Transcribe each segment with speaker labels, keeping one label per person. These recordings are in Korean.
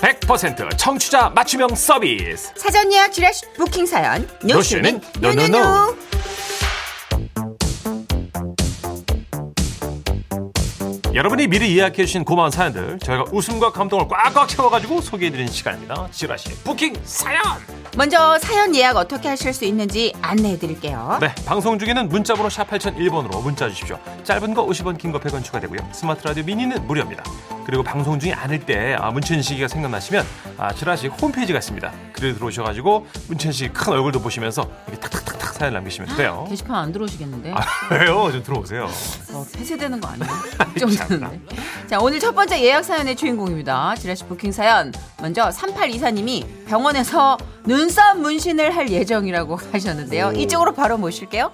Speaker 1: 100% 청취자 맞춤형 서비스.
Speaker 2: 사전 예약 지라시 부킹 사연 노쇼는
Speaker 1: 노쇼는 노노노.
Speaker 2: 노노노
Speaker 1: 여러분이 미리 예약해 주신 고마운 사연들 저희가 웃음과 감동을 꽉꽉 채워가지고 소개해드리는 시간입니다. 지라시 부킹 사연.
Speaker 2: 먼저 사연 예약 어떻게 하실 수 있는지 안내해 드릴게요
Speaker 1: 네, 방송 중에는 문자번호 샵 8001번으로 문자 주십시오. 짧은 거 50원, 긴 거 100원 추가되고요. 스마트 라디오 미니는 무료입니다. 그리고 방송 중이 아닐 때 아, 문천식이가 생각나시면 아, 지라시 홈페이지가 있습니다. 그래 들어오셔가지고 문천식 큰 얼굴도 보시면서 이렇게 탁탁탁탁 사연 남기시면 돼요.
Speaker 3: 게시판 안 들어오시겠는데?
Speaker 1: 아, 왜요? 좀 들어오세요.
Speaker 3: 어, 폐쇄되는 거 아니에요? 걱정되는데. 자, 오늘 첫 번째 예약 사연의 주인공입니다. 지라시 부킹 사연. 먼저 3824님이 병원에서 눈썹 문신을 할 예정이라고 하셨는데요. 이쪽으로 바로 모실게요.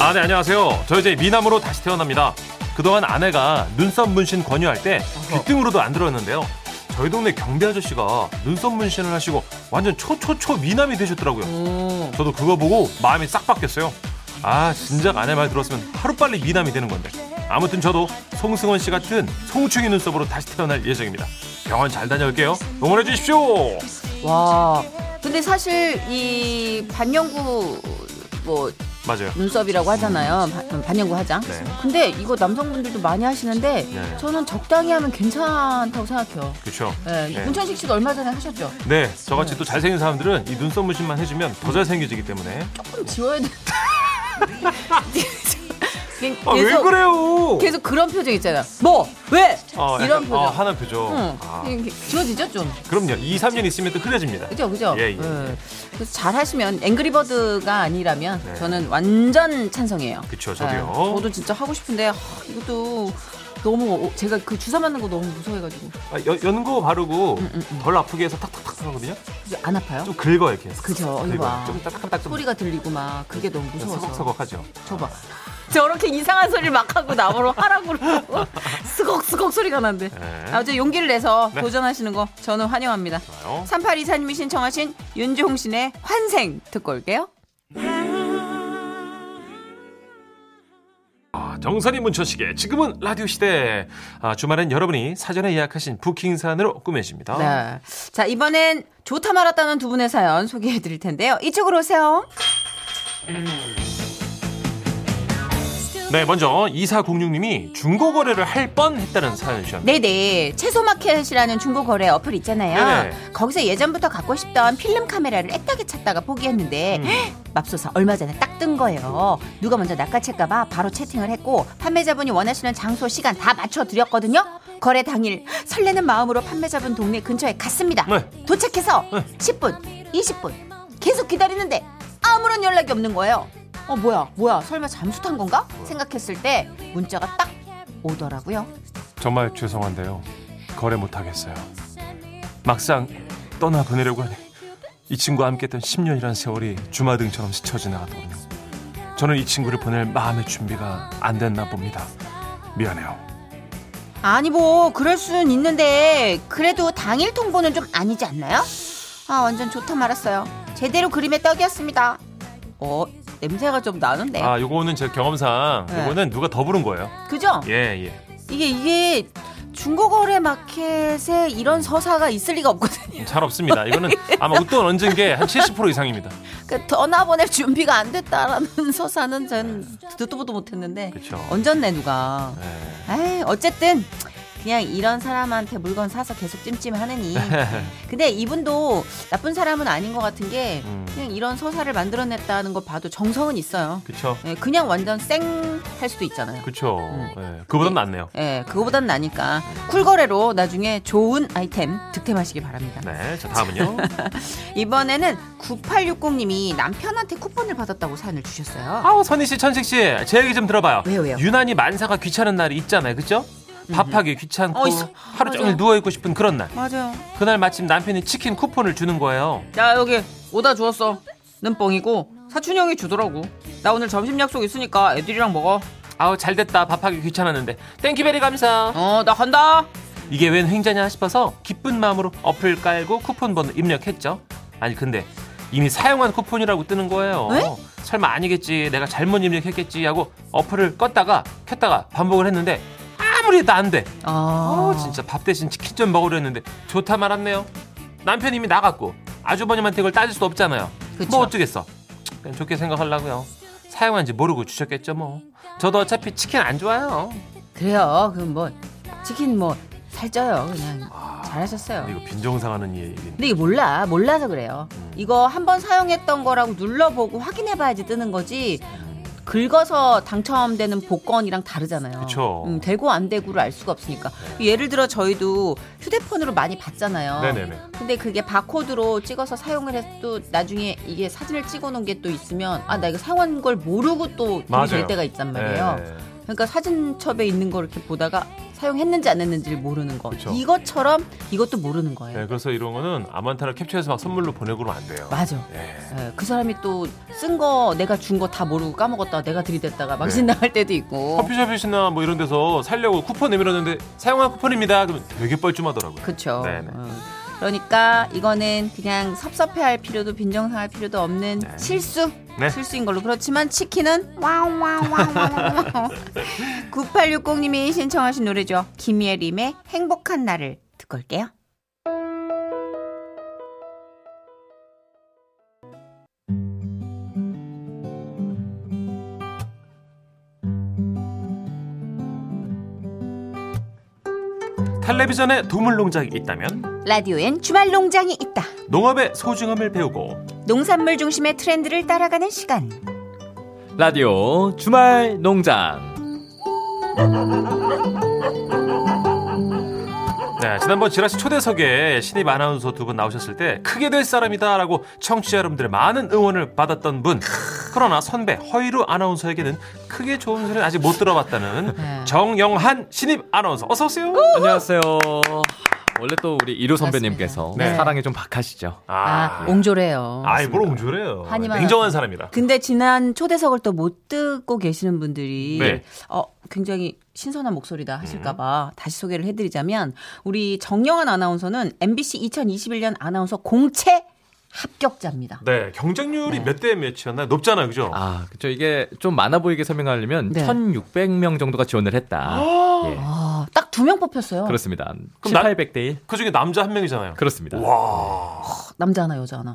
Speaker 1: 아, 네, 안녕하세요. 저 이제 미남으로 다시 태어납니다. 그동안 아내가 눈썹 문신 권유할 때 귀등으로도 안 들었는데요. 저희 동네 경비 아저씨가 눈썹 문신을 하시고 완전 초초초 미남이 되셨더라고요.
Speaker 3: 음. 오.
Speaker 1: 저도 그거 보고 마음이 싹 바뀌었어요. 아, 진작 아내 말 들었으면 하루빨리 미남이 되는 건데. 아무튼 저도 송승원 씨 같은 송충이 눈썹으로 다시 태어날 예정입니다. 병원 잘 다녀올게요. 응원해 주십시오.
Speaker 3: 와. 근데 사실 이 반영구 뭐
Speaker 1: 맞아요.
Speaker 3: 눈썹이라고 하잖아요. 바- 음, 반영구 화장.
Speaker 1: 네.
Speaker 3: 근데 이거 남성분들도 많이 하시는데
Speaker 1: 네.
Speaker 3: 저는 적당히 하면 괜찮다고 생각해요.
Speaker 1: 그렇죠.
Speaker 3: 네,
Speaker 1: 네.
Speaker 3: 문천식 씨도 얼마 전에 하셨죠?
Speaker 1: 네, 저같이 또 잘생긴 사람들은 이 눈썹 문신만 해주면 더 잘생겨지기 때문에
Speaker 3: 조금 지워야 돼. 계속,
Speaker 1: 아, 왜 그래요?
Speaker 3: 계속 그런 표정 있잖아. 뭐? 왜?
Speaker 1: 어,
Speaker 3: 이런
Speaker 1: 약간,
Speaker 3: 표정.
Speaker 1: 어, 화난 표정.
Speaker 3: 응.
Speaker 1: 아,
Speaker 3: 이게 지워지죠 좀.
Speaker 1: 그럼요. 2, 3년 있으면 또 흐려집니다.
Speaker 3: 그죠, 그죠.
Speaker 1: 예, 예.
Speaker 3: 예. 그래서 잘 하시면 앵그리버드가 아니라면
Speaker 1: 네.
Speaker 3: 저는 완전 찬성이에요.
Speaker 1: 그쵸,
Speaker 3: 예,
Speaker 1: 저도요.
Speaker 3: 저도 진짜 하고 싶은데 하, 이것도 너무 어, 제가 그 주사 맞는 거 너무 무서워해가지고
Speaker 1: 아, 연, 연고 바르고
Speaker 3: 음,
Speaker 1: 덜 아프게 해서 탁탁탁 하거든요.
Speaker 3: 그죠? 안 아파요?
Speaker 1: 좀 긁어요, 이렇게.
Speaker 3: 그죠,
Speaker 1: 긁어요.
Speaker 3: 이봐.
Speaker 1: 좀 딱딱딱 좀
Speaker 3: 소리가 들리고 막 그게 너무 무서워서.
Speaker 1: 서걱서걱하죠.
Speaker 3: 저봐. 저렇게 이상한 소리를 막 하고 나보러 하라고 그러고 스걱스걱 소리가 난대.
Speaker 1: 네.
Speaker 3: 아무튼 용기를 내서
Speaker 1: 네.
Speaker 3: 도전하시는 거 저는 환영합니다.
Speaker 1: 좋아요.
Speaker 3: 3824님이 신청하신 윤종신의 환생 듣고 올게요.
Speaker 1: 아, 정선이 문천식의 지금은 라디오 시대. 아, 주말엔 여러분이 사전에 예약하신 부킹 사연으로 꾸며집니다.
Speaker 3: 네. 자, 이번엔 좋다 말았다는 두 분의 사연 소개해 드릴 텐데요. 이쪽으로 오세요.
Speaker 1: 네, 먼저 2406님이 중고 거래를 할 뻔했다는 사연을 주셨는데
Speaker 3: 네네. 채소마켓이라는 중고 거래 어플 있잖아요.
Speaker 1: 네네.
Speaker 3: 거기서 예전부터 갖고 싶던 필름 카메라를 애타게 찾다가
Speaker 1: 음.
Speaker 3: 포기했는데 헉, 맙소사 얼마 전에 딱 뜬 거예요. 누가 먼저 낚아챌까봐 바로 채팅을 했고 판매자분이 원하시는 장소 시간 다 맞춰 드렸거든요. 거래 당일 설레는 마음으로 판매자분 동네 근처에 갔습니다.
Speaker 1: 네.
Speaker 3: 도착해서
Speaker 1: 네.
Speaker 3: 10분, 20분 계속 기다리는데 아무런 연락이 없는 거예요. 어 뭐야 뭐야 설마 잠수 탄 건가 생각했을 때 문자가 딱 오더라고요.
Speaker 1: 정말 죄송한데요. 거래 못 하겠어요. 막상 떠나 보내려고 하니 이 친구와 함께했던 10년이란 세월이 주마등처럼 스쳐 지나가더군요. 저는 이 친구를 보낼 마음의 준비가 안 됐나 봅니다. 미안해요.
Speaker 3: 아니 뭐 그럴 순 있는데 그래도 당일 통보는 좀 아니지 않나요? 아 완전 좋다 말았어요. 제대로 그림의 떡이었습니다. 어 냄새가 좀 나는데.
Speaker 1: 아, 요거는 제 경험상
Speaker 3: 네.
Speaker 1: 요거는 누가 더 부른 거예요.
Speaker 3: 그죠?
Speaker 1: 예, 예.
Speaker 3: 이게 이게 중고거래 마켓에 이런 서사가 있을 리가 없거든요.
Speaker 1: 잘 없습니다. 이거는 아마 웃돈 얹은 게 한 70% 이상입니다.
Speaker 3: 그러니까 떠나보낼 준비가 안 됐다라는 서사는 전 듣도 보도 못했는데
Speaker 1: 그쵸.
Speaker 3: 얹었네 누가.
Speaker 1: 예.
Speaker 3: 에이, 어쨌든 그냥 이런 사람한테 물건 사서 계속 찜찜하느니. 근데 이분도 나쁜 사람은 아닌 것 같은 게
Speaker 1: 음.
Speaker 3: 그냥 이런 서사를 만들어냈다는 거 봐도 정성은 있어요.
Speaker 1: 그쵸.
Speaker 3: 예, 그냥 완전 쌩 할 수도 있잖아요.
Speaker 1: 그쵸. 예. 그거보단 낫네요.
Speaker 3: 예, 그거보단 나니까 쿨거래로 나중에 좋은 아이템 득템하시기 바랍니다.
Speaker 1: 네. 자, 다음은요.
Speaker 3: 이번에는 9860님이 남편한테 쿠폰을 받았다고 사연을 주셨어요.
Speaker 1: 아우 선희 씨, 천식 씨, 제 얘기 좀 들어봐요.
Speaker 3: 왜요, 왜요?
Speaker 1: 유난히 만사가 귀찮은 날이 있잖아요, 그죠? 밥하기 귀찮고
Speaker 3: 어, 있어.
Speaker 1: 하루
Speaker 3: 맞아.
Speaker 1: 종일 누워 있고 싶은 그런 날.
Speaker 3: 맞아요.
Speaker 1: 그날 마침 남편이 치킨 쿠폰을 주는 거예요.
Speaker 3: 야 여기 오다 주웠어 는 뻥이고 사촌 형이 주더라고 나 오늘 점심 약속 있으니까 애들이랑 먹어
Speaker 1: 아우 잘 됐다. 밥하기 귀찮았는데. 땡큐베리 감사.
Speaker 3: 어 나 간다
Speaker 1: 이게 웬 횡재냐 싶어서 기쁜 마음으로 어플 깔고 쿠폰 번호 입력했죠. 아니 근데 이미 사용한 쿠폰이라고 뜨는 거예요.
Speaker 3: 에?
Speaker 1: 설마 아니겠지. 내가 잘못 입력했겠지 하고 어플을 껐다가 켰다가 반복을 했는데 아무리 해도 안 돼.
Speaker 3: 아,
Speaker 1: 어, 진짜 밥 대신 치킨 좀 먹으려는데 좋다 말았네요. 남편 이미 나갔고 아주버님한테 이걸 따질 수 없잖아요.
Speaker 3: 그쵸.
Speaker 1: 뭐 어쩌겠어. 그냥 좋게 생각하려고요. 사용한지 모르고 주셨겠죠 뭐. 저도 어차피 치킨 안 좋아요.
Speaker 3: 그래요. 그럼 뭐 치킨 뭐 살쪄요. 그냥 잘하셨어요.
Speaker 1: 아, 이거 빈정상하는 얘기인데.
Speaker 3: 근데 이게 몰라 몰라서 그래요.
Speaker 1: 음.
Speaker 3: 이거 한번 사용했던 거라고 눌러보고 확인해봐야지 뜨는 거지. 긁어서 당첨되는 복권이랑 다르잖아요.
Speaker 1: 그쵸.
Speaker 3: 음, 되고 안 되고를 알 수가 없으니까. 예를 들어 저희도 휴대폰으로 많이 봤잖아요.
Speaker 1: 네네네.
Speaker 3: 근데 그게 바코드로 찍어서 사용을 해도 나중에 이게 사진을 찍어놓은 게 또 있으면 아 나 이거 사용한 걸 모르고 또 돈이
Speaker 1: 맞아요.
Speaker 3: 될 때가 있단 말이에요.
Speaker 1: 네.
Speaker 3: 그러니까 사진첩에 있는 걸 이렇게 보다가 사용했는지 안 했는지를 모르는 거.
Speaker 1: 그쵸.
Speaker 3: 이것처럼 이것도 모르는 거예요.
Speaker 1: 네, 그래서 이런 거는 아무한테나 캡처해서 막 선물로 보내고 그러면 안 돼요.
Speaker 3: 맞아.
Speaker 1: 예.
Speaker 3: 예, 그 사람이 또 쓴 거 내가 준 거 다 모르고 까먹었다 내가 들이댔다가
Speaker 1: 네.
Speaker 3: 망신 나갈 때도 있고
Speaker 1: 커피숍이나 뭐 이런 데서 살려고 쿠폰 내밀었는데 사용한 쿠폰입니다. 그러면 되게 뻘쭘하더라고요.
Speaker 3: 그쵸
Speaker 1: 네네.
Speaker 3: 음. 그러니까 이거는 그냥 섭섭해할 필요도 빈정상할 필요도 없는
Speaker 1: 네.
Speaker 3: 실수
Speaker 1: 네.
Speaker 3: 실수인 걸로 그렇지만 치킨은 와와와와와 9860님이 신청하신 노래죠 김예림의 행복한 날을 듣고 올게요
Speaker 1: 텔레비전에 도물농장이 있다면
Speaker 3: 라디오엔 주말 농장이 있다
Speaker 1: 농업의 소중함을 배우고
Speaker 3: 농산물 중심의 트렌드를 따라가는 시간
Speaker 4: 라디오 주말 농장.
Speaker 1: 네, 지난번 지라시 초대석에 신입 아나운서 두 분 나오셨을 때 크게 될 사람이다라고 청취자 여러분들의 많은 응원을 받았던 분. 그러나 선배 허이루 아나운서에게는 크게 좋은 소리는 아직 못 들어봤다는 정영한 신입 아나운서 어서 오세요.
Speaker 4: 안녕하세요. 원래 또 우리 이호 선배님께서
Speaker 1: 네.
Speaker 4: 사랑에 좀 박하시죠.
Speaker 3: 아, 옹졸해요
Speaker 1: 예. 아이 뭘 옹졸해요.
Speaker 3: 한이만
Speaker 1: 냉정한 사람이라.
Speaker 3: 근데 지난 초대석을 또 못 듣고 계시는 분들이
Speaker 1: 네.
Speaker 3: 어, 굉장히 신선한 목소리다 하실까봐 다시 소개를 해드리자면 우리 정영환 아나운서는 MBC 2021년 아나운서 공채 합격자입니다.
Speaker 1: 네, 경쟁률이
Speaker 3: 네.
Speaker 1: 몇 대 몇이었나요? 높잖아요, 그죠?
Speaker 4: 아, 그쵸. 이게 좀 많아 보이게 설명하려면
Speaker 3: 네.
Speaker 4: 1,600명 정도가 지원을 했다. 예.
Speaker 3: 아, 딱 두 명 뽑혔어요.
Speaker 4: 그렇습니다.
Speaker 1: 그럼 나-
Speaker 4: 7,800대 1.
Speaker 1: 그 중에 남자 한 명이잖아요.
Speaker 4: 그렇습니다.
Speaker 1: 와.
Speaker 3: 남자 하나 여자 하나.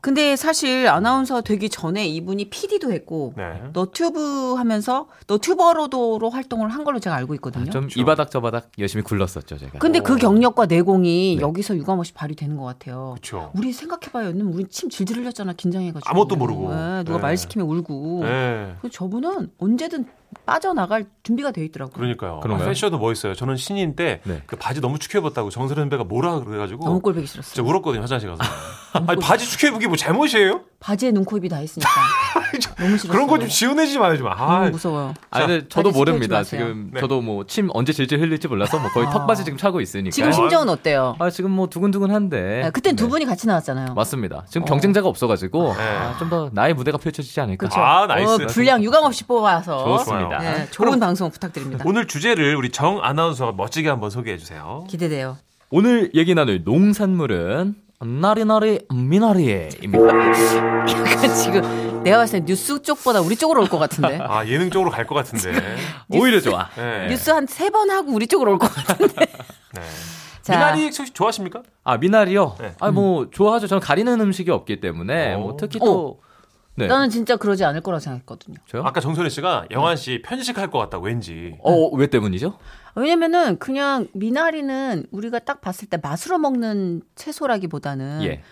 Speaker 3: 근데 사실 아나운서 되기 전에 이분이 PD도 했고
Speaker 1: 네.
Speaker 3: 너튜브 하면서 너튜버로도 활동을 한 걸로 제가 알고 있거든요.
Speaker 4: 좀 이 바닥 저 바닥 열심히 굴렀었죠, 제가.
Speaker 3: 근데
Speaker 1: 오.
Speaker 3: 그렇죠. 그 경력과 내공이 여기서 유감없이 발휘되는 것 같아요.
Speaker 1: 그렇죠.
Speaker 3: 우리 생각해봐요. 얘는 우리 침 질질 흘렸잖아. 긴장해가지고.
Speaker 1: 아무것도 모르고.
Speaker 3: 네, 누가
Speaker 1: 네.
Speaker 3: 말 시키면 울고.
Speaker 1: 네.
Speaker 3: 그 저분은 언제든 빠져나갈 준비가 돼 있더라고요.
Speaker 1: 그러니까요.
Speaker 4: 그런가요?
Speaker 1: 아, 패션도 뭐 있어요. 저는 신인 때 그
Speaker 4: 네.
Speaker 1: 바지 너무 축해 입었다고 정선배 배가 뭐라 그래가지고
Speaker 3: 너무 꼴보기 싫었어.
Speaker 1: 진짜 울었거든요 화장실 가서. 아니 바지 축해 입은 게뭐 잘못이에요?
Speaker 3: 바지에 눈, 코, 입이 다 있으니까. 너무
Speaker 4: 그렇죠.
Speaker 3: 싫었어.
Speaker 1: 그런 거 좀 지어내지 마요 좀. 아,
Speaker 3: 너무 무서워요.
Speaker 4: 아, 근데 저도
Speaker 3: 다시
Speaker 4: 모릅니다.
Speaker 3: 시켜주지 마세요.
Speaker 4: 지금
Speaker 1: 네.
Speaker 4: 저도 뭐 침 언제 질질 흘릴지 몰라서 뭐 거의
Speaker 3: 아.
Speaker 4: 턱받이 지금 차고 있으니까.
Speaker 3: 지금 심정은 어때요?
Speaker 4: 아, 지금 뭐 두근두근한데.
Speaker 1: 예.
Speaker 3: 네, 그땐 두
Speaker 4: 네.
Speaker 3: 분이 같이 나왔잖아요.
Speaker 4: 맞습니다. 지금
Speaker 3: 어.
Speaker 4: 경쟁자가 없어가지고 아,
Speaker 1: 네.
Speaker 4: 좀 더 나의 무대가 펼쳐지지 않을까.
Speaker 3: 그렇죠.
Speaker 1: 아, 나이스.
Speaker 3: 분량 유감없이 뽑아서
Speaker 1: 좋습니다.
Speaker 3: 네, 좋은 방송 부탁드립니다.
Speaker 1: 오늘 주제를 우리 정 아나운서가 멋지게 한번 소개해 주세요.
Speaker 3: 기대돼요.
Speaker 4: 오늘 얘기 나눌 농산물은 나리나리 미나리입니다.
Speaker 3: 약간 그러니까 지금 내가 봤을 때 뉴스 쪽보다 우리 쪽으로 올 것 같은데.
Speaker 1: 아 예능 쪽으로 갈 것 같은데.
Speaker 4: 네. 오히려 좋아.
Speaker 1: 네.
Speaker 3: 뉴스 한 세 번 하고 우리 쪽으로 올 것 같은데.
Speaker 1: 네.
Speaker 3: 자.
Speaker 1: 미나리 혹시 좋아하십니까?
Speaker 4: 아 미나리요.
Speaker 1: 네.
Speaker 4: 아 뭐 좋아하죠. 저는 가리는 음식이 없기 때문에
Speaker 1: 오.
Speaker 4: 뭐 특히 또 네.
Speaker 3: 나는 진짜 그러지 않을 거라 생각했거든요.
Speaker 4: 저요? 네.
Speaker 1: 아까 정선혜 씨가 영환 씨 편식할 것 같다 왠지.
Speaker 4: 어 왜 때문이죠?
Speaker 3: 왜냐면은 그냥 미나리는 우리가 딱 봤을 때 맛으로 먹는 채소라기보다는
Speaker 4: 예.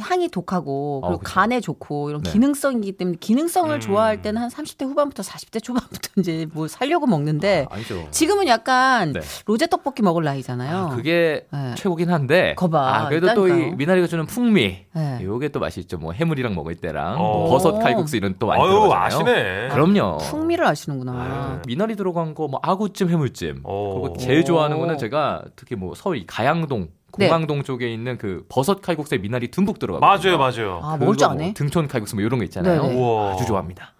Speaker 3: 향이 독하고
Speaker 4: 어,
Speaker 3: 그리고
Speaker 4: 그쵸.
Speaker 3: 간에 좋고 이런
Speaker 4: 네.
Speaker 3: 기능성이기 때문에 기능성을
Speaker 1: 음.
Speaker 3: 좋아할 때는 한 30대 후반부터 40대 초반부터 이제 뭐 살려고 먹는데
Speaker 4: 아니죠.
Speaker 3: 지금은 약간
Speaker 4: 네.
Speaker 3: 로제 떡볶이 먹을 나이잖아요.
Speaker 4: 그게
Speaker 3: 네.
Speaker 4: 최고긴 한데.
Speaker 3: 거봐,
Speaker 4: 아, 그래도 또 이
Speaker 3: 있다니까요.
Speaker 4: 미나리가 주는 풍미.
Speaker 3: 네.
Speaker 4: 요게 또 맛이 있죠. 뭐 해물이랑 먹을 때랑
Speaker 1: 어.
Speaker 4: 뭐 버섯 칼국수 이런 또 많이
Speaker 1: 아유
Speaker 4: 들어가잖아요.
Speaker 1: 아시네.
Speaker 4: 그럼요.
Speaker 3: 풍미를 아시는구나.
Speaker 4: 미나리 들어간 거 뭐 아구찜 해물찜
Speaker 1: 오.
Speaker 4: 그리고 제일 좋아하는
Speaker 3: 오.
Speaker 4: 거는 제가 특히 뭐 서울 가양동
Speaker 3: 네.
Speaker 4: 공항동 쪽에 있는 그 버섯 칼국수에 미나리 듬뿍 들어가
Speaker 1: 맞아요 맞아요.
Speaker 3: 아, 먹을 줄 아네.
Speaker 4: 등촌 칼국수 뭐 이런 거 있잖아요
Speaker 3: 네네.
Speaker 1: 우와.
Speaker 4: 아주 좋아합니다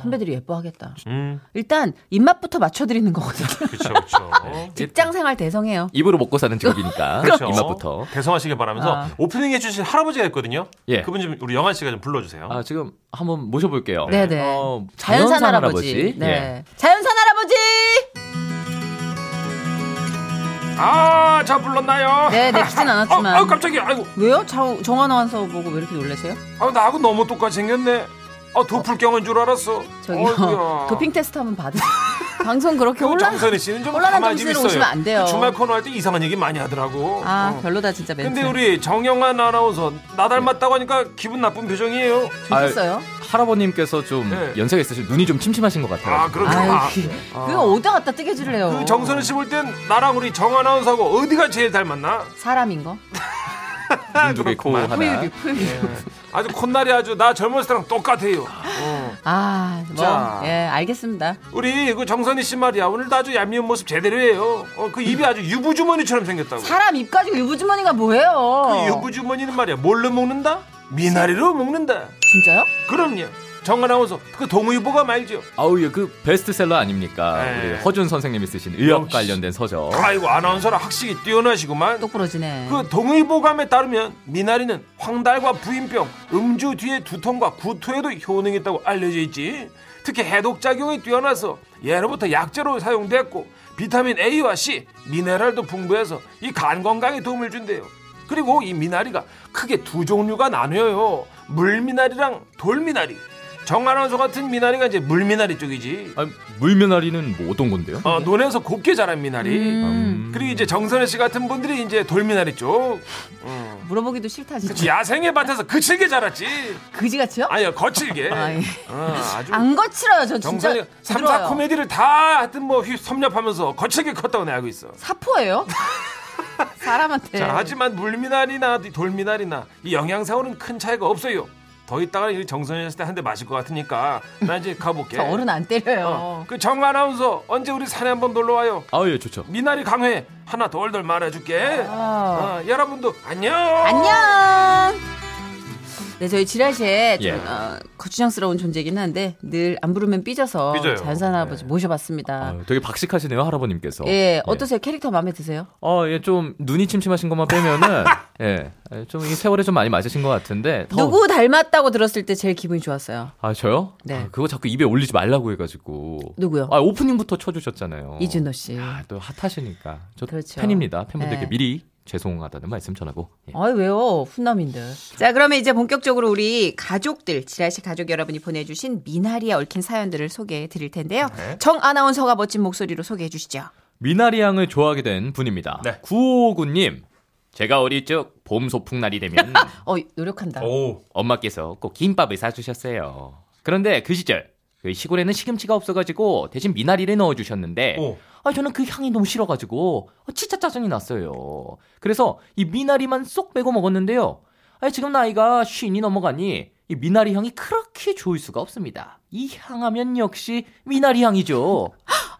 Speaker 3: 선배들이 예뻐하겠다.
Speaker 1: 음
Speaker 3: 일단 입맛부터 맞춰드리는 거거든요.
Speaker 1: 그렇죠 그렇죠.
Speaker 3: 어,
Speaker 4: 네.
Speaker 3: 직장 생활 대성해요.
Speaker 4: 입으로 먹고 사는 아, 직업이니까
Speaker 1: 그렇죠.
Speaker 4: 입맛부터
Speaker 1: 대성하시길 바라면서
Speaker 3: 아.
Speaker 1: 오프닝 해주신 할아버지가 있거든요.
Speaker 4: 예.
Speaker 1: 그분 좀 우리 영환 씨가 좀 불러주세요.
Speaker 4: 아 지금 한번 모셔볼게요
Speaker 3: 네네.
Speaker 4: 어,
Speaker 3: 자연산 할아버지.
Speaker 4: 예.
Speaker 3: 네. 자연산 할아버지!
Speaker 1: 아, 저 불렀나요?
Speaker 3: 네, 네, 기진 않았지만.
Speaker 1: 아, 아, 깜짝이야. 아이고,
Speaker 3: 왜요? 정, 정한 아나운서 보고 왜 이렇게 놀라세요?
Speaker 1: 아, 나하고 너무 똑같이 생겼네. 아, 도플경인 줄 알았어.
Speaker 3: 저기요.
Speaker 1: 어이구야.
Speaker 3: 도핑 테스트 한번 받으세요.
Speaker 2: 방송 그렇게
Speaker 1: 그
Speaker 2: 올라
Speaker 1: 정선희 씨는 좀
Speaker 3: 혼란한
Speaker 1: 가만히 좀
Speaker 3: 정신으로
Speaker 1: 있어요.
Speaker 3: 오시면 안 돼요.
Speaker 1: 그 주말 코너 할 때 이상한 얘기 많이 하더라고.
Speaker 3: 아,
Speaker 1: 어.
Speaker 3: 별로다, 진짜 멘트.
Speaker 1: 근데 우리 정영환 아나운서 나
Speaker 4: 예.
Speaker 1: 닮았다고 하니까 기분 나쁜 표정이에요.
Speaker 3: 좋겠어요?
Speaker 1: 아,
Speaker 4: 할아버님께서 좀
Speaker 1: 네.
Speaker 4: 연세가 있으신 눈이 좀 침침하신 것 같아요.
Speaker 1: 아, 그렇죠. 아,
Speaker 3: 아유, 그- 그거 어디다 갖다 뜨개질을 해요.
Speaker 1: 그 정선희 씨 볼 땐 나랑 우리 정 아나운서하고 어디가 제일 닮았나?
Speaker 3: 사람인 거?
Speaker 4: 눈두개 코
Speaker 1: 그렇구만.
Speaker 4: 하나.
Speaker 3: 포유류, 포유류.
Speaker 1: 아주 콧날이 아주 나 젊었을 때랑 똑같아요. 어.
Speaker 3: 아, 뭐,
Speaker 1: 자.
Speaker 3: 예, 알겠습니다.
Speaker 1: 우리 그 정선희 씨 말이야 오늘도 아주 얄미운 모습 제대로예요. 어, 그 입이 아주 유부주머니처럼 생겼다고.
Speaker 3: 사람 입 가지고 유부주머니가 뭐예요?
Speaker 1: 그 유부주머니는 말이야 뭘로 먹는다? 미나리로 먹는다.
Speaker 3: 진짜요?
Speaker 1: 그럼요. 정 아나운서 그 동의보감 알죠?
Speaker 4: 아우 예, 그 베스트셀러 아닙니까?
Speaker 1: 네.
Speaker 4: 우리 허준 선생님이 쓰신 의학
Speaker 1: 역시.
Speaker 4: 관련된 서적.
Speaker 1: 아이고 아나운서라 확실히 뛰어나시구만.
Speaker 3: 똑부러지네.
Speaker 1: 그 동의보감에 따르면 미나리는 황달과 부인병, 음주 뒤의 두통과 구토에도 효능이 있다고 알려져 있지. 특히 해독 작용이 뛰어나서 예로부터 약재로 사용됐고 비타민 A와 C, 미네랄도 풍부해서 이 간 건강에 도움을 준대요. 그리고 이 미나리가 크게 두 종류가 나뉘어요. 물미나리랑 돌미나리. 정아나운서 같은 미나리가 이제 물미나리 쪽이지.
Speaker 4: 아, 물면아리는 뭐 어떤 건데요?
Speaker 1: 어, 논에서 곱게 자란 미나리.
Speaker 3: 음,
Speaker 1: 그리고 이제 정선혜 씨 같은 분들이 이제 돌미나리 쪽. 음.
Speaker 3: 물어보기도 싫다,
Speaker 1: 그치,
Speaker 3: 진짜.
Speaker 1: 야생의 밭에서 그칠게 자랐지.
Speaker 3: 그지같이요?
Speaker 1: 아니야 거칠게.
Speaker 3: 아, 예.
Speaker 1: 어, 아주
Speaker 3: 안 거칠어요, 저 진짜.
Speaker 1: 정선이 삼사
Speaker 3: 부드러워요.
Speaker 1: 코미디를 다 하여튼 뭐 휘- 섭렵하면서 거칠게 컸다고 내가 알고 있어.
Speaker 3: 사포예요? 사람한테.
Speaker 1: 자, 하지만 물미나리나 이 돌미나리나 이 영양상으로는 큰 차이가 없어요. 더 있다가 이 정선혜 씨한테 한 대 맞을 것 같으니까 나 이제 가볼게.
Speaker 3: 저 어른 안 때려요.
Speaker 1: 어, 그 정아나운서 언제 우리 산에 한번 놀러 와요.
Speaker 4: 아우 예 좋죠.
Speaker 1: 미나리 강회 하나 돌돌 말아줄게.
Speaker 3: 아.
Speaker 1: 어, 여러분도 안녕.
Speaker 3: 안녕. 네, 저희 지라시에 좀
Speaker 4: 예.
Speaker 3: 어, 거추장스러운 존재이긴 한데 늘 안 부르면 삐져서
Speaker 1: 삐져요.
Speaker 3: 자연산 할아버지 모셔봤습니다.
Speaker 4: 아유, 어, 되게 박식하시네요 할아버님께서.
Speaker 3: 예, 어떠세요? 캐릭터 마음에 드세요?
Speaker 4: 어, 예, 좀 눈이 침침하신 것만 빼면은 예, 좀이 세월에 좀 많이 맞으신 것 같은데. 더-
Speaker 3: 누구 닮았다고 들었을 때 제일 기분이 좋았어요.
Speaker 4: 아 저요?
Speaker 3: 네.
Speaker 4: 아, 그거 자꾸 입에 올리지 말라고 해가지고.
Speaker 3: 누구요?
Speaker 4: 아 오프닝부터 쳐주셨잖아요.
Speaker 3: 이준호 씨.
Speaker 4: 아, 또 핫하시니까. 저
Speaker 3: 그렇죠.
Speaker 4: 팬입니다. 팬분들께
Speaker 3: 네.
Speaker 4: 미리 죄송하다는 말씀 전하고. 예.
Speaker 3: 아이 왜요? 훈남인데. 자, 그러면 이제 본격적으로 우리 가족들, 지라시 가족 여러분이 보내주신 미나리에 얽힌 사연들을 소개해 드릴 텐데요. 정 아나운서가 멋진 목소리로 소개해 주시죠.
Speaker 4: 미나리 양을 좋아하게 된 분입니다.
Speaker 1: 네.
Speaker 4: 9559님. 제가 어릴 적 봄 소풍날이 되면
Speaker 3: 어, 노력한다.
Speaker 1: 오.
Speaker 4: 엄마께서 꼭 김밥을 사주셨어요. 그런데 그 시절 그 시골에는 시금치가 없어가지고 대신 미나리를 넣어주셨는데
Speaker 1: 오.
Speaker 4: 아, 저는 그 향이 너무 싫어가지고 어, 진짜 짜증이 났어요. 그래서 이 미나리만 쏙 빼고 먹었는데요. 아, 지금 나이가 쉰이 넘어가니 이 미나리 향이 그렇게 좋을 수가 없습니다. 이 향하면 역시 미나리 향이죠.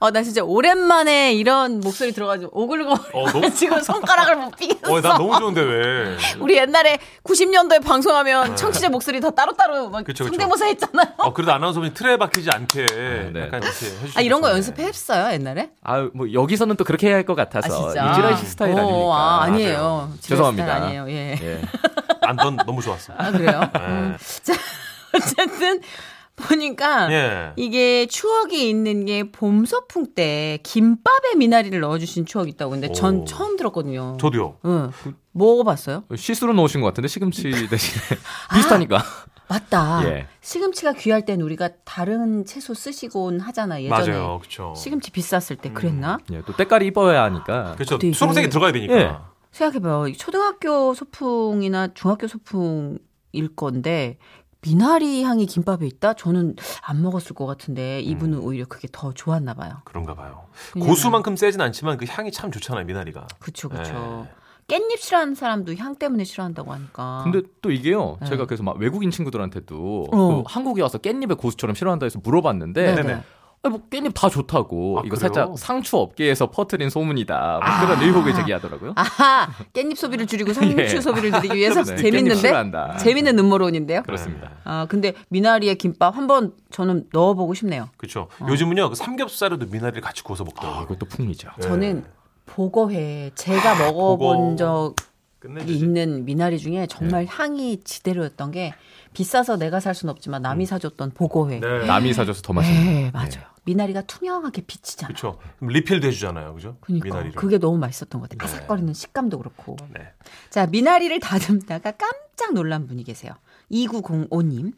Speaker 3: 어, 나 진짜 오랜만에 이런 목소리 들어가지고
Speaker 1: 어,
Speaker 3: 오글거려.
Speaker 1: 너무-
Speaker 3: 지금 손가락을 못 비겠어.
Speaker 1: 어, 난 너무 좋은데 왜? 아.
Speaker 3: 우리 옛날에 90년도에 방송하면 청취자 목소리 다 따로따로 막
Speaker 1: 그쵸, 그쵸.
Speaker 3: 성대모사 했잖아요.
Speaker 1: 어, 그래도 아나운서분이 틀에 박히지 않게
Speaker 4: 네.
Speaker 1: 약간 이렇게 해주시면
Speaker 3: 아, 이런 거
Speaker 1: 좋겠네.
Speaker 3: 연습했어요, 옛날에?
Speaker 4: 아, 뭐 여기서는 또 그렇게 해야 할 것
Speaker 3: 아,
Speaker 4: 같아서
Speaker 3: 진짜.
Speaker 4: 이 지라시 스타일
Speaker 3: 어,
Speaker 4: 아닙니까?
Speaker 3: 아, 아니에요. 지라시
Speaker 4: 죄송합니다.
Speaker 3: 스타일 아니에요. 예.
Speaker 4: 예.
Speaker 1: 안, 넌 너무 좋았어.
Speaker 3: 아, 그래요? 음. 자, 어쨌든 보니까
Speaker 1: 네. 예.
Speaker 3: 이게 추억이 있는 게 봄 소풍 때 김밥에 미나리를 넣어주신 추억이 있다고 근데 전
Speaker 1: 오.
Speaker 3: 처음 들었거든요.
Speaker 1: 저도요.
Speaker 3: 응. 먹어봤어요?
Speaker 4: 실수로 넣으신 것 같은데 시금치 대신에 비슷하니까.
Speaker 3: 맞다.
Speaker 4: 예.
Speaker 3: 시금치가 귀할 땐 우리가 다른 채소 쓰시곤 하잖아, 예전에.
Speaker 1: 맞아요. 그렇죠.
Speaker 3: 시금치 비쌌을 때 그랬나?
Speaker 4: 예, 또 때깔이 이뻐야 하니까.
Speaker 1: 그렇죠.
Speaker 3: 그때 이게-
Speaker 1: 수험생이 들어가야 되니까.
Speaker 4: 예.
Speaker 3: 생각해봐요. 이 초등학교 소풍이나 중학교 소풍일 건데 미나리 향이 김밥에 있다? 저는 안 먹었을 것 같은데 이분은 오히려 그게 더 좋았나 봐요.
Speaker 1: 그런가 봐요.
Speaker 3: 그냥-
Speaker 1: 고수만큼 세진 않지만 그 향이 참 좋잖아요, 미나리가.
Speaker 3: 그쵸 그쵸. 깻잎 싫어하는 사람도 향 때문에 싫어한다고 하니까.
Speaker 4: 근데 또 이게요.
Speaker 3: 네.
Speaker 4: 제가 그래서 막 외국인 친구들한테도
Speaker 3: 어.
Speaker 4: 그 한국에 와서 깻잎의 고수처럼 싫어한다 해서 물어봤는데
Speaker 3: 네네.
Speaker 1: 네네.
Speaker 4: 아니, 뭐 깻잎 다 좋다고
Speaker 1: 아, 그래요?
Speaker 4: 이거 살짝 상추 업계에서 퍼트린 소문이다. 뭐 그런 의혹을 제기하더라고요.
Speaker 3: 아. 아하 깻잎 소비를 줄이고 상추
Speaker 4: 예.
Speaker 3: 소비를 줄이기 위해서
Speaker 4: 네, 깻잎
Speaker 3: 재밌는데
Speaker 4: 싫어한다.
Speaker 3: 재밌는 음모론인데요.
Speaker 1: 네.
Speaker 4: 그렇습니다.
Speaker 3: 아 근데 미나리에 김밥 한번 저는 넣어보고 싶네요.
Speaker 1: 그렇죠. 요즘은요, 그 삼겹살에도 미나리를 같이 구워서
Speaker 4: 아,
Speaker 1: 먹더라고요.
Speaker 4: 이것도 풍미죠.
Speaker 1: 예.
Speaker 3: 저는 보거회 제가 먹어본
Speaker 1: 아, 보거. 네.
Speaker 3: 적 이
Speaker 1: 끝내주지.
Speaker 3: 있는 미나리 중에 정말 향이 지대로였던 게 비싸서 내가 살 순 없지만 남이 사줬던 보고회.
Speaker 1: 네.
Speaker 4: 남이 사줘서 더 맛있는.
Speaker 3: 네, 맞아요. 미나리가 투명하게 비치잖아.
Speaker 1: 그렇죠. 리필도 해주잖아요, 그죠?
Speaker 3: 그니까
Speaker 1: 미나리를.
Speaker 3: 그게 너무 맛있었던 것 같아.
Speaker 1: 네.
Speaker 3: 아삭거리는 식감도 그렇고.
Speaker 1: 네.
Speaker 3: 자, 미나리를 다듬다가 깜짝 놀란 분이 계세요. 2905님.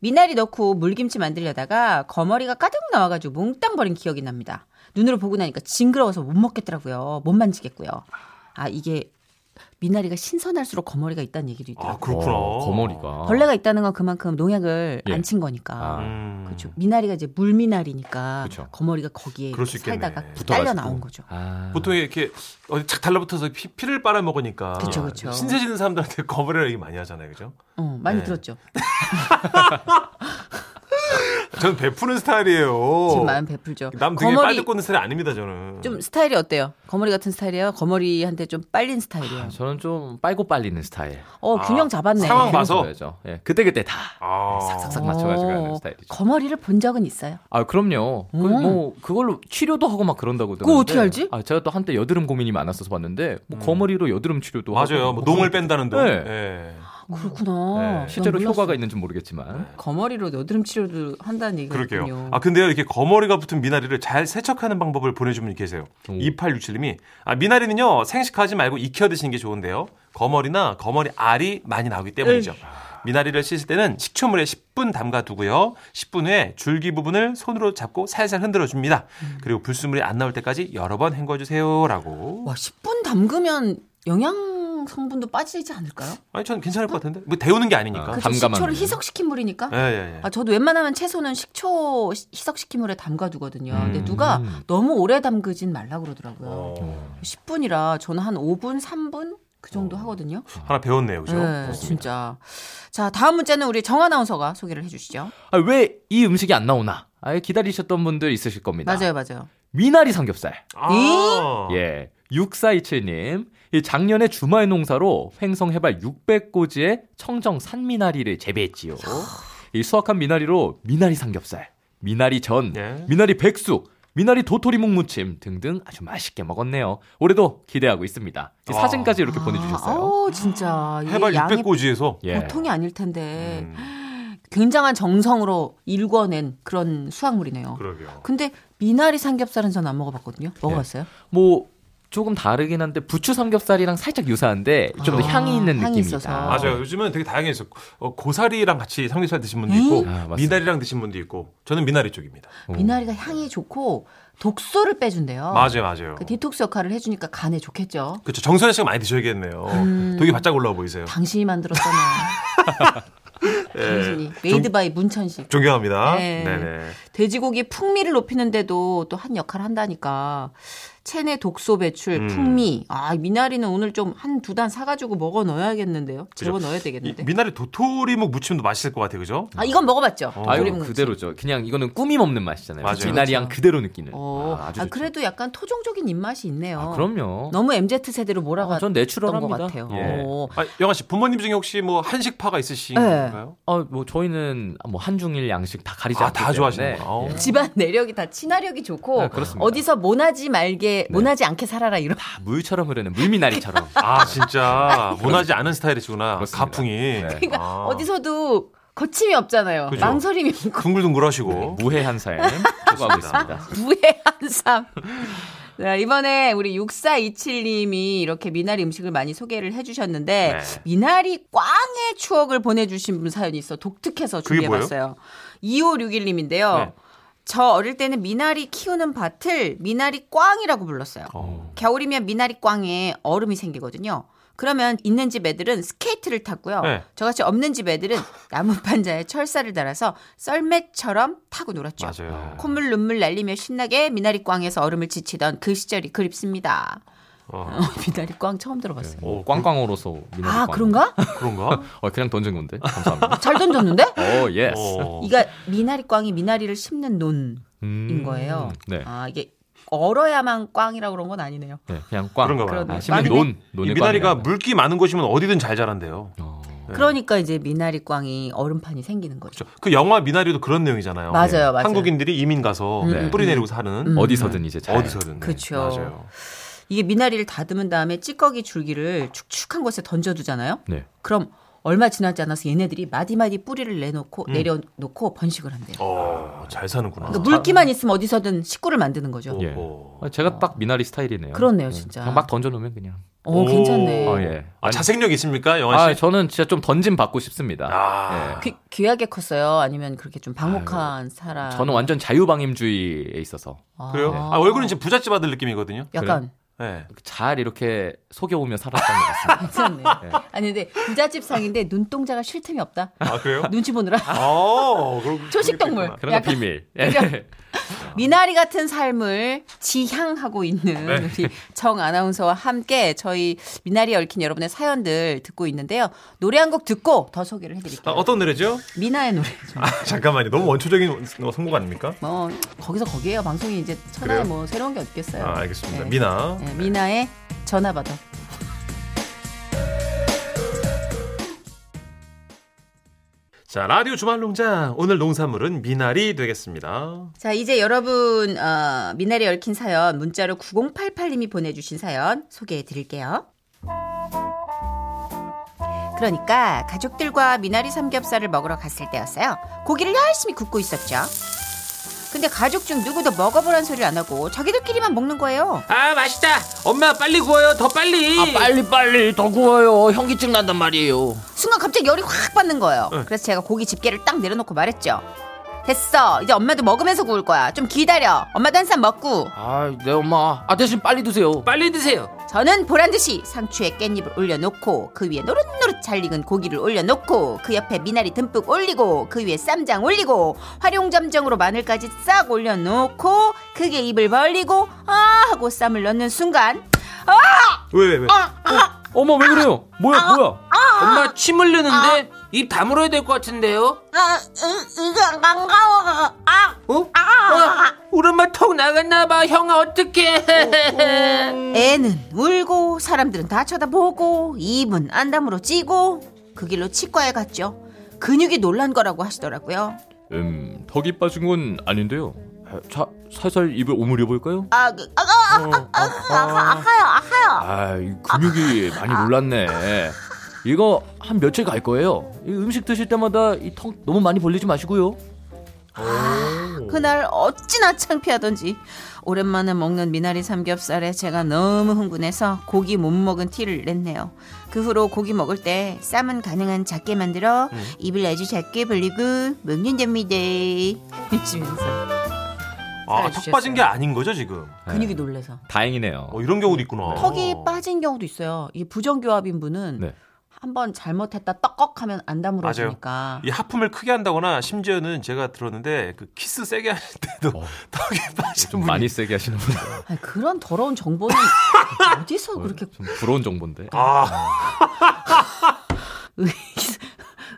Speaker 3: 미나리 넣고 물김치 만들려다가 거머리가 가득 나와가지고 몽땅 버린 기억이 납니다. 눈으로 보고 나니까 징그러워서 못 먹겠더라고요. 못 만지겠고요. 아, 이게 미나리가 신선할수록 거머리가 있다는 얘기도
Speaker 1: 아
Speaker 3: 있더라고요.
Speaker 1: 그렇구나.
Speaker 4: 어, 거머리가.
Speaker 3: 벌레가 있다는 건 그만큼 농약을
Speaker 4: 예.
Speaker 3: 안 친 거니까.
Speaker 4: 아.
Speaker 1: 음.
Speaker 3: 그렇죠. 미나리가 이제 물미나리니까
Speaker 4: 그쵸.
Speaker 3: 거머리가 거기에
Speaker 1: 그렇죠. 그럴 수 있겠네.
Speaker 3: 살다가 딸려
Speaker 4: 붙어가지고.
Speaker 3: 나온 거죠.
Speaker 4: 아.
Speaker 1: 보통 이렇게 어디 착 달라붙어서 피, 피를 빨아먹으니까
Speaker 3: 그쵸, 그쵸.
Speaker 1: 신세지는 사람들한테 거부를 얘기 많이 하잖아요, 그죠?
Speaker 3: 어, 많이
Speaker 1: 네.
Speaker 3: 들었죠.
Speaker 1: 저는 베푸는 스타일이에요.
Speaker 3: 지금 마음 베풀죠.
Speaker 1: 남 등에 빨대 꽂는 스타일 아닙니다, 저는.
Speaker 3: 좀 스타일이 어때요? 거머리 같은 스타일이에요? 거머리한테 좀 빨린 스타일이에요.
Speaker 4: 아, 저는 좀 빨고 빨리는 스타일.
Speaker 3: 어,
Speaker 1: 아,
Speaker 3: 균형 잡았네. 어,
Speaker 1: 상황 봐서.
Speaker 4: 그래야죠. 예. 그때 그때 다
Speaker 1: 아.
Speaker 4: 싹싹 맞춰가지고 하는 스타일이죠.
Speaker 3: 거머리를 본 적은 있어요.
Speaker 4: 아 그럼요. 그,
Speaker 3: 음.
Speaker 4: 뭐 그걸로 치료도 하고 막 그런다고.
Speaker 3: 그거
Speaker 4: 들었는데.
Speaker 3: 어떻게 알지?
Speaker 4: 아 제가 또 한때 여드름 고민이 많았어서 봤는데 뭐
Speaker 1: 음.
Speaker 4: 거머리로 여드름 치료도
Speaker 1: 맞아요. 뭐
Speaker 4: 하고 뭐
Speaker 1: 농을 뺀다는 동.
Speaker 4: 네.
Speaker 1: 예.
Speaker 3: 아, 그렇구나.
Speaker 1: 네.
Speaker 4: 실제로
Speaker 3: 난 몰랐어.
Speaker 4: 효과가 있는지 모르겠지만.
Speaker 3: 거머리로 여드름 치료도 한다는
Speaker 1: 그럴게요.
Speaker 3: 얘기거든요.
Speaker 1: 아, 근데요, 이렇게 거머리가 붙은 미나리를 잘 세척하는 방법을 보내주는 분이 계세요.
Speaker 4: 오.
Speaker 1: 2867님이, 아, 미나리는요, 생식하지 말고 익혀 드시는 게 좋은데요. 거머리나 거머리 알이 많이 나오기 때문이죠. 미나리를 씻을 때는 식초물에 10분 담가 두고요. 10분 후에 줄기 부분을 손으로 잡고 살살 흔들어 줍니다.
Speaker 3: 음.
Speaker 1: 그리고 불순물이 안 나올 때까지 여러 번 헹궈 주세요라고.
Speaker 3: 와, 10분 담그면 영양 성분도 빠지지 않을까요?
Speaker 1: 아니 전 괜찮을 것 같은데. 뭐 데우는 게 아니니까.
Speaker 4: 아,
Speaker 3: 그렇죠.
Speaker 4: 담가만
Speaker 3: 식초를
Speaker 4: 하면. 네.
Speaker 3: 희석시킨 물이니까.
Speaker 1: 예, 예, 예.
Speaker 3: 아, 저도 웬만하면 채소는 식초 시- 희석시킨 물에 담가두거든요. 근데
Speaker 1: 음.
Speaker 3: 누가 너무 오래 담그진 말라 그러더라고요.
Speaker 1: 어,
Speaker 3: 10분이라 저는 한 5분, 3분 그 정도
Speaker 4: 어.
Speaker 3: 하거든요.
Speaker 1: 하나 배웠네요. 그죠?
Speaker 3: 네,
Speaker 1: 좋습니다.
Speaker 3: 진짜. 자, 다음 문제는 우리 정 아나운서가 소개를 해주시죠.
Speaker 4: 아 왜 이 음식이 안 나오나? 아예 기다리셨던 분들 있으실 겁니다.
Speaker 3: 맞아요, 맞아요.
Speaker 4: 미나리 삼겹살.
Speaker 1: 아.
Speaker 4: 예. 6427님, 이 작년에 주말 농사로 횡성 해발 600고지에 청정 산미나리를 재배했지요. 이 수확한 미나리로 미나리 삼겹살, 미나리 전,
Speaker 1: 예.
Speaker 4: 미나리 백숙, 미나리 도토리 묵무침 등등 아주 맛있게 먹었네요. 올해도 기대하고 있습니다. 이
Speaker 1: 와.
Speaker 4: 사진까지 이렇게 보내주셨어요.
Speaker 3: 아, 우 진짜. 이게
Speaker 1: 음. 해발
Speaker 3: 양이 네.
Speaker 1: 600고지에서
Speaker 4: 예.
Speaker 3: 보통이 아닐 텐데
Speaker 1: 음,
Speaker 3: 굉장한 정성으로 일궈낸 그런 수확물이네요.
Speaker 1: 그러게요.
Speaker 3: 근데 미나리 삼겹살은 전 안 먹어봤거든요. 먹어봤어요?
Speaker 4: 뭐 조금 다르긴 한데 부추 삼겹살이랑 살짝 유사한데 좀 더
Speaker 3: 아,
Speaker 4: 향이 있는
Speaker 3: 향이
Speaker 4: 느낌이다.
Speaker 3: 있어서.
Speaker 1: 맞아요. 요즘은 되게 다양해서 어, 고사리랑 같이 삼겹살 드신 분도
Speaker 3: 에이?
Speaker 1: 있고
Speaker 4: 아, 맞습니다.
Speaker 1: 미나리랑 드신 분도 있고 저는 미나리 쪽입니다.
Speaker 4: 오.
Speaker 3: 미나리가 향이 좋고 독소를 빼준대요.
Speaker 1: 맞아요, 맞아요.
Speaker 3: 그 디톡스 역할을 해주니까 간에 좋겠죠.
Speaker 1: 그렇죠. 정선혜 씨가 많이 드셔야겠네요.
Speaker 3: 음.
Speaker 1: 독이 바짝 올라와 보이세요. 예.
Speaker 3: 당신이 만들었잖아요.
Speaker 1: 네.
Speaker 3: 당신이 메이드 바이 문천식.
Speaker 1: 존경합니다.
Speaker 3: 네.
Speaker 1: 네네.
Speaker 3: 돼지고기 풍미를 높이는데도 또 한 역할을 한다니까. 체내 독소 배출,
Speaker 1: 음.
Speaker 3: 풍미. 아, 미나리는 오늘 좀 한 두 단 사가지고 먹어 넣어야겠는데요. 재워 넣어야
Speaker 1: 이
Speaker 3: 되겠는데.
Speaker 1: 미나리 도토리묵 무침도 맛있을 것 같아요, 그죠?
Speaker 3: 아, 이건 먹어봤죠.
Speaker 1: 어.
Speaker 4: 아,
Speaker 1: 아이고,
Speaker 4: 이거
Speaker 3: 조림은.
Speaker 4: 그대로죠. 그냥 이거는 꾸밈 없는 맛이잖아요.
Speaker 1: 맞아요.
Speaker 4: 미나리향 그대로 느끼는.
Speaker 3: 그렇죠. 어.
Speaker 4: 아,
Speaker 3: 아,
Speaker 4: 아주 좋죠.
Speaker 3: 그래도 약간 토종적인 입맛이 있네요.
Speaker 4: 아, 그럼요.
Speaker 3: 너무 MZ 세대로 몰아가.
Speaker 4: 아, 전
Speaker 3: 것
Speaker 4: 내추럴합니다.
Speaker 3: 같아요.
Speaker 4: 예.
Speaker 3: 어. 네.
Speaker 1: 아, 영아 씨 부모님 중에 혹시 뭐 한식파가 있으신가요?
Speaker 4: 아, 뭐 저희는 뭐 한중일 양식 다 가리지
Speaker 1: 아,
Speaker 4: 않기
Speaker 1: 다
Speaker 4: 때문에.
Speaker 1: 좋아하시는구나. 어.
Speaker 4: 예.
Speaker 3: 집안 내력이 다 친화력이 좋고
Speaker 4: 아, 그렇습니다. 네.
Speaker 3: 어디서 모나지 말게 모나지 않게 살아라 이런
Speaker 4: 다 물처럼 흐르는 물미나리처럼.
Speaker 1: 아 진짜 모나지 않은 스타일이시구나.
Speaker 4: 그렇습니다. 네.
Speaker 1: 가풍이.
Speaker 3: 그러니까
Speaker 1: 아.
Speaker 3: 어디서도 거침이 없잖아요.
Speaker 1: 그죠.
Speaker 3: 망설임이 없고 네.
Speaker 1: 둥글둥글하시고.
Speaker 4: 무해한 사연 추구하고 있습니다.
Speaker 3: 무해한 삶. 자, 이번에 우리 6427님이 이렇게 미나리 음식을 많이 소개를 해주셨는데
Speaker 1: 네.
Speaker 3: 미나리 꽝의 추억을 보내주신 분 사연이 있어 독특해서
Speaker 1: 그게
Speaker 3: 준비해봤어요. 2561님인데요.
Speaker 1: 네.
Speaker 3: 저 어릴 때는 미나리 키우는 밭을 미나리 꽝이라고 불렀어요.
Speaker 1: 어.
Speaker 3: 겨울이면 미나리 꽝에 얼음이 생기거든요. 그러면 있는 집 애들은 스케이트를 탔고요.
Speaker 1: 네.
Speaker 3: 저같이 없는 집 애들은 나무판자에 철사를 달아서 썰매처럼 타고 놀았죠.
Speaker 1: 맞아요.
Speaker 3: 콧물 눈물 날리며 신나게 미나리 꽝에서 얼음을 지치던 그 시절이 그립습니다.
Speaker 1: 어.
Speaker 3: 어, 미나리 꽝 처음 들어봤어요. 그-
Speaker 4: 뭐 꽝꽝으로서
Speaker 1: 네,
Speaker 4: 미나리
Speaker 3: 아
Speaker 4: 꽝.
Speaker 3: 그런가? 어,
Speaker 1: 그런가?
Speaker 4: 어, 그냥 던진 건데. 감사합니다.
Speaker 3: 잘 던졌는데?
Speaker 4: 오, 예스.
Speaker 1: 어.
Speaker 3: 이가 미나리 꽝이 미나리를 씹는 논인
Speaker 4: 음.
Speaker 3: 거예요.
Speaker 4: 네.
Speaker 3: 아 이게 얼어야만 꽝이라고 그런 건 아니네요.
Speaker 4: 네, 그냥 꽝.
Speaker 1: 그런가 봐요.
Speaker 4: 아,
Speaker 3: 그러네.
Speaker 4: 심지어
Speaker 3: 꽝이네.
Speaker 4: 논,
Speaker 1: 이
Speaker 4: 논의
Speaker 1: 미나리가
Speaker 4: 꽝이라고.
Speaker 1: 물기 많은 곳이면 어디든 잘 자란대요.
Speaker 4: 어.
Speaker 1: 네.
Speaker 3: 그러니까 이제 미나리 꽝이 얼음판이 생기는 거죠.
Speaker 1: 그렇죠. 그 영화 미나리도 그런 내용이잖아요. 네.
Speaker 3: 맞아요, 맞아요.
Speaker 1: 한국인들이 이민 가서 네.
Speaker 4: 음,
Speaker 1: 뿌리
Speaker 3: 음.
Speaker 1: 내리고 사는
Speaker 4: 어디서든 이제 잘.
Speaker 1: 어디서든. 네,
Speaker 3: 그쵸.
Speaker 1: 맞아요.
Speaker 3: 이게 미나리를 다듬은 다음에 찌꺼기 줄기를 축축한 곳에 던져두잖아요.
Speaker 4: 네.
Speaker 3: 그럼 얼마 지나지 않아서 얘네들이 마디마디 뿌리를 내놓고 내려놓고 번식을 한대요.
Speaker 1: 음. 어, 잘 사는구나.
Speaker 3: 그러니까 물기만 있으면 어디서든 식구를 만드는 거죠.
Speaker 4: 예.
Speaker 1: 오.
Speaker 4: 아, 제가 딱 미나리 스타일이네요.
Speaker 3: 어. 그렇네요,
Speaker 4: 예.
Speaker 3: 진짜.
Speaker 4: 그냥 막 던져놓으면 그냥.
Speaker 3: 어,
Speaker 1: 오.
Speaker 4: 아,
Speaker 3: 괜찮네.
Speaker 4: 예.
Speaker 1: 아, 예. 자생력 있습니까,
Speaker 3: 어,
Speaker 1: 영환
Speaker 4: 아,
Speaker 1: 씨?
Speaker 4: 저는 진짜 좀 던짐 받고 싶습니다.
Speaker 1: 아,
Speaker 3: 귀, 귀하게 컸어요? 아니면 그렇게 좀 방목한 사람?
Speaker 4: 저는 완전 자유방임주의에 있어서
Speaker 3: 아,
Speaker 1: 그래요? 아, 얼굴은 이제 부잣집 아들 느낌이거든요.
Speaker 3: 약간
Speaker 1: 예.
Speaker 4: 잘 이렇게 속여오며 살았던 것 같습니다.
Speaker 3: 괜찮네. 아니 근데 부잣집 상인데 눈동자가 쉴 틈이 없다.
Speaker 1: 아, 그래요?
Speaker 3: 눈치 보느라
Speaker 1: 아, 그럼
Speaker 3: 초식 동물.
Speaker 4: 그런 예.
Speaker 3: 약간
Speaker 4: 건 비밀.
Speaker 3: 미나리 같은 삶을 지향하고 있는
Speaker 1: 네.
Speaker 3: 우리 정 아나운서와 함께 저희 미나리에 얽힌 여러분의 사연들 듣고 있는데요. 노래 한 곡 듣고 더 소개를
Speaker 1: 아,
Speaker 3: 해드릴게요.
Speaker 1: 어떤 노래죠?
Speaker 3: 미나의 노래. 좀.
Speaker 1: 아, 잠깐만요. 너무 원초적인 선곡 아닙니까?
Speaker 3: 뭐 거기서 거기에요. 방송이 이제 천하에
Speaker 1: 그래요?
Speaker 3: 뭐 새로운 게 어딨겠어요.
Speaker 1: 아, 알겠습니다.
Speaker 3: 네.
Speaker 1: 미나.
Speaker 3: 네, 미나의 전화 받아.
Speaker 1: 자, 라디오 주말 농장. 오늘 농산물은 미나리 되겠습니다.
Speaker 3: 자, 이제 여러분, 어, 미나리 얽힌 사연, 문자로 9088님이 보내주신 사연 소개해 드릴게요. 그러니까 가족들과 미나리 삼겹살을 먹으러 갔을 때였어요. 고기를 열심히 굽고 있었죠. 근데 가족 중 누구도 먹어보란 소리를 안 하고 자기들끼리만 먹는 거예요.
Speaker 5: 아 맛있다 엄마 빨리 구워요 더 아, 빨리
Speaker 4: 빨리 더 구워요. 현기증 난단 말이에요.
Speaker 3: 순간 갑자기 열이 확 받는 거예요. 그래서 제가 고기 집게를 딱 내려놓고 말했죠. 됐어. 이제 엄마도 먹으면서 구울 거야. 좀 기다려. 엄마도 한 쌈 먹고.
Speaker 4: 아, 내 엄마. 아 대신 빨리 드세요.
Speaker 5: 빨리 드세요
Speaker 3: 저는 보란 듯이 상추에 깻잎을 올려놓고 그 위에 노릇노릇 잘 익은 고기를 올려놓고 그 옆에 미나리 듬뿍 올리고 그 위에 쌈장 올리고 활용점정으로 마늘까지 싹 올려놓고 그게 입을 벌리고 아 하고 쌈을 넣는 순간
Speaker 1: 왜, 왜, 왜?
Speaker 3: 아!
Speaker 4: 어머 왜 그래요? 뭐야 뭐야?
Speaker 3: 어?
Speaker 5: 엄마 침 흘리는데 입 다물어야 될 것 같은데요
Speaker 2: 아, 이, 이게 반가워. 아,
Speaker 5: 어? 아, 우리 엄마 턱 나갔나봐 형아 어떡해
Speaker 3: 애는 울고 사람들은 다 쳐다보고 입은 안담으로 찌고 그 길로 치과에 갔죠 근육이 놀란 거라고 하시더라고요
Speaker 4: 음, 턱이 빠진 건 아닌데요. 자, 살살 입을 오므려 볼까요?
Speaker 2: 아, 그, 아, 아, 아, 아파요, 아파요.
Speaker 4: 아, 이 근육이 많이
Speaker 3: 아.
Speaker 4: 놀랐네. 이거 한 며칠 갈 거예요. 이 음식 드실 때마다 이 턱 너무 많이 벌리지 마시고요.
Speaker 3: 아, 그날 어찌나 창피하던지 오랜만에 먹는 미나리 삼겹살에 제가 너무 흥분해서 고기 못 먹은 티를 냈네요. 그 후로 고기 먹을 때 쌈은 가능한 작게 만들어
Speaker 4: 음.
Speaker 3: 입을 아주 작게 벌리고 먹는답니다. 미치면서
Speaker 1: 아, 턱 빠진 게 아닌 거죠, 지금?
Speaker 4: 네.
Speaker 3: 근육이 놀래서
Speaker 4: 다행이네요.
Speaker 1: 어, 이런 경우도 있구나. 어.
Speaker 3: 턱이 빠진 경우도 있어요. 이 부정교합인 분은
Speaker 4: 어. 네.
Speaker 3: 한번 잘못했다 떡꺽하면 안 다물어지니까
Speaker 1: 이 하품을 크게 한다거나 심지어는 제가 들었는데 그 키스 세게 할
Speaker 4: 어.
Speaker 1: 때도 턱이 빠지는
Speaker 4: 좀
Speaker 1: 분이
Speaker 4: 많이 세게 하시는 분.
Speaker 3: 아니, 그런 더러운 정보는 어디서 그렇게
Speaker 4: 좀 부러운 정보인데.
Speaker 1: 아,
Speaker 3: 의기-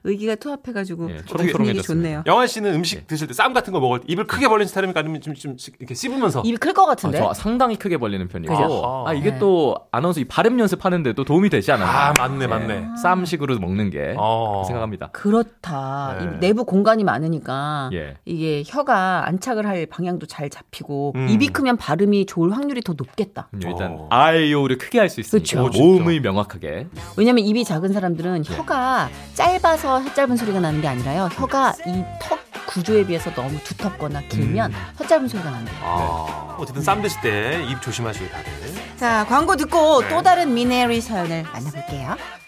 Speaker 3: 의기가 투합해가지고
Speaker 4: 예,
Speaker 3: 분위기
Speaker 4: 초롱초롱해졌습니다.
Speaker 3: 좋네요.
Speaker 1: 어. 영환 씨는 음식 드실 때 쌈 같은 거 먹을 때 입을 크게 벌리는 스타일입니까? 아니면 좀, 좀 이렇게 씹으면서?
Speaker 3: 입이 클 것
Speaker 4: 아,
Speaker 3: 같은데.
Speaker 4: 저 상당히 크게 벌리는
Speaker 1: 그죠?
Speaker 4: 편이고. 아,
Speaker 3: 네.
Speaker 4: 이게 또 아나운서 이 발음 연습하는데도 도움이 되지 않았나.
Speaker 1: 아, 맞네, 맞네.
Speaker 4: 예, 쌈식으로 먹는 게
Speaker 1: 어.
Speaker 4: 네. 그 생각합니다.
Speaker 3: 그렇다.
Speaker 1: 네.
Speaker 3: 이 내부 공간이 많으니까
Speaker 4: 예.
Speaker 3: 이게 혀가 안착을 할 방향도 잘 잡히고
Speaker 1: 음.
Speaker 3: 입이 크면 발음이 좋을 확률이 더 높겠다.
Speaker 4: 그럼 일단
Speaker 1: 어.
Speaker 4: 아이오를 크게 할 수 있으니까
Speaker 1: 그쵸.
Speaker 4: 모음을 명확하게.
Speaker 3: 왜냐면 입이 작은 사람들은 혀가 짧아서 혀짧은 소리가 나는 게 아니라요. 혀가 이 턱 구조에 비해서 너무 두텁거나 길면 혀짧은 소리가 난대요.
Speaker 1: 아,
Speaker 4: 네.
Speaker 1: 어쨌든 쌈 드실 때 입 조심하시고 다들.
Speaker 3: 자, 광고 듣고
Speaker 1: 네.
Speaker 3: 또 다른 미네리 사연을 만나볼게요.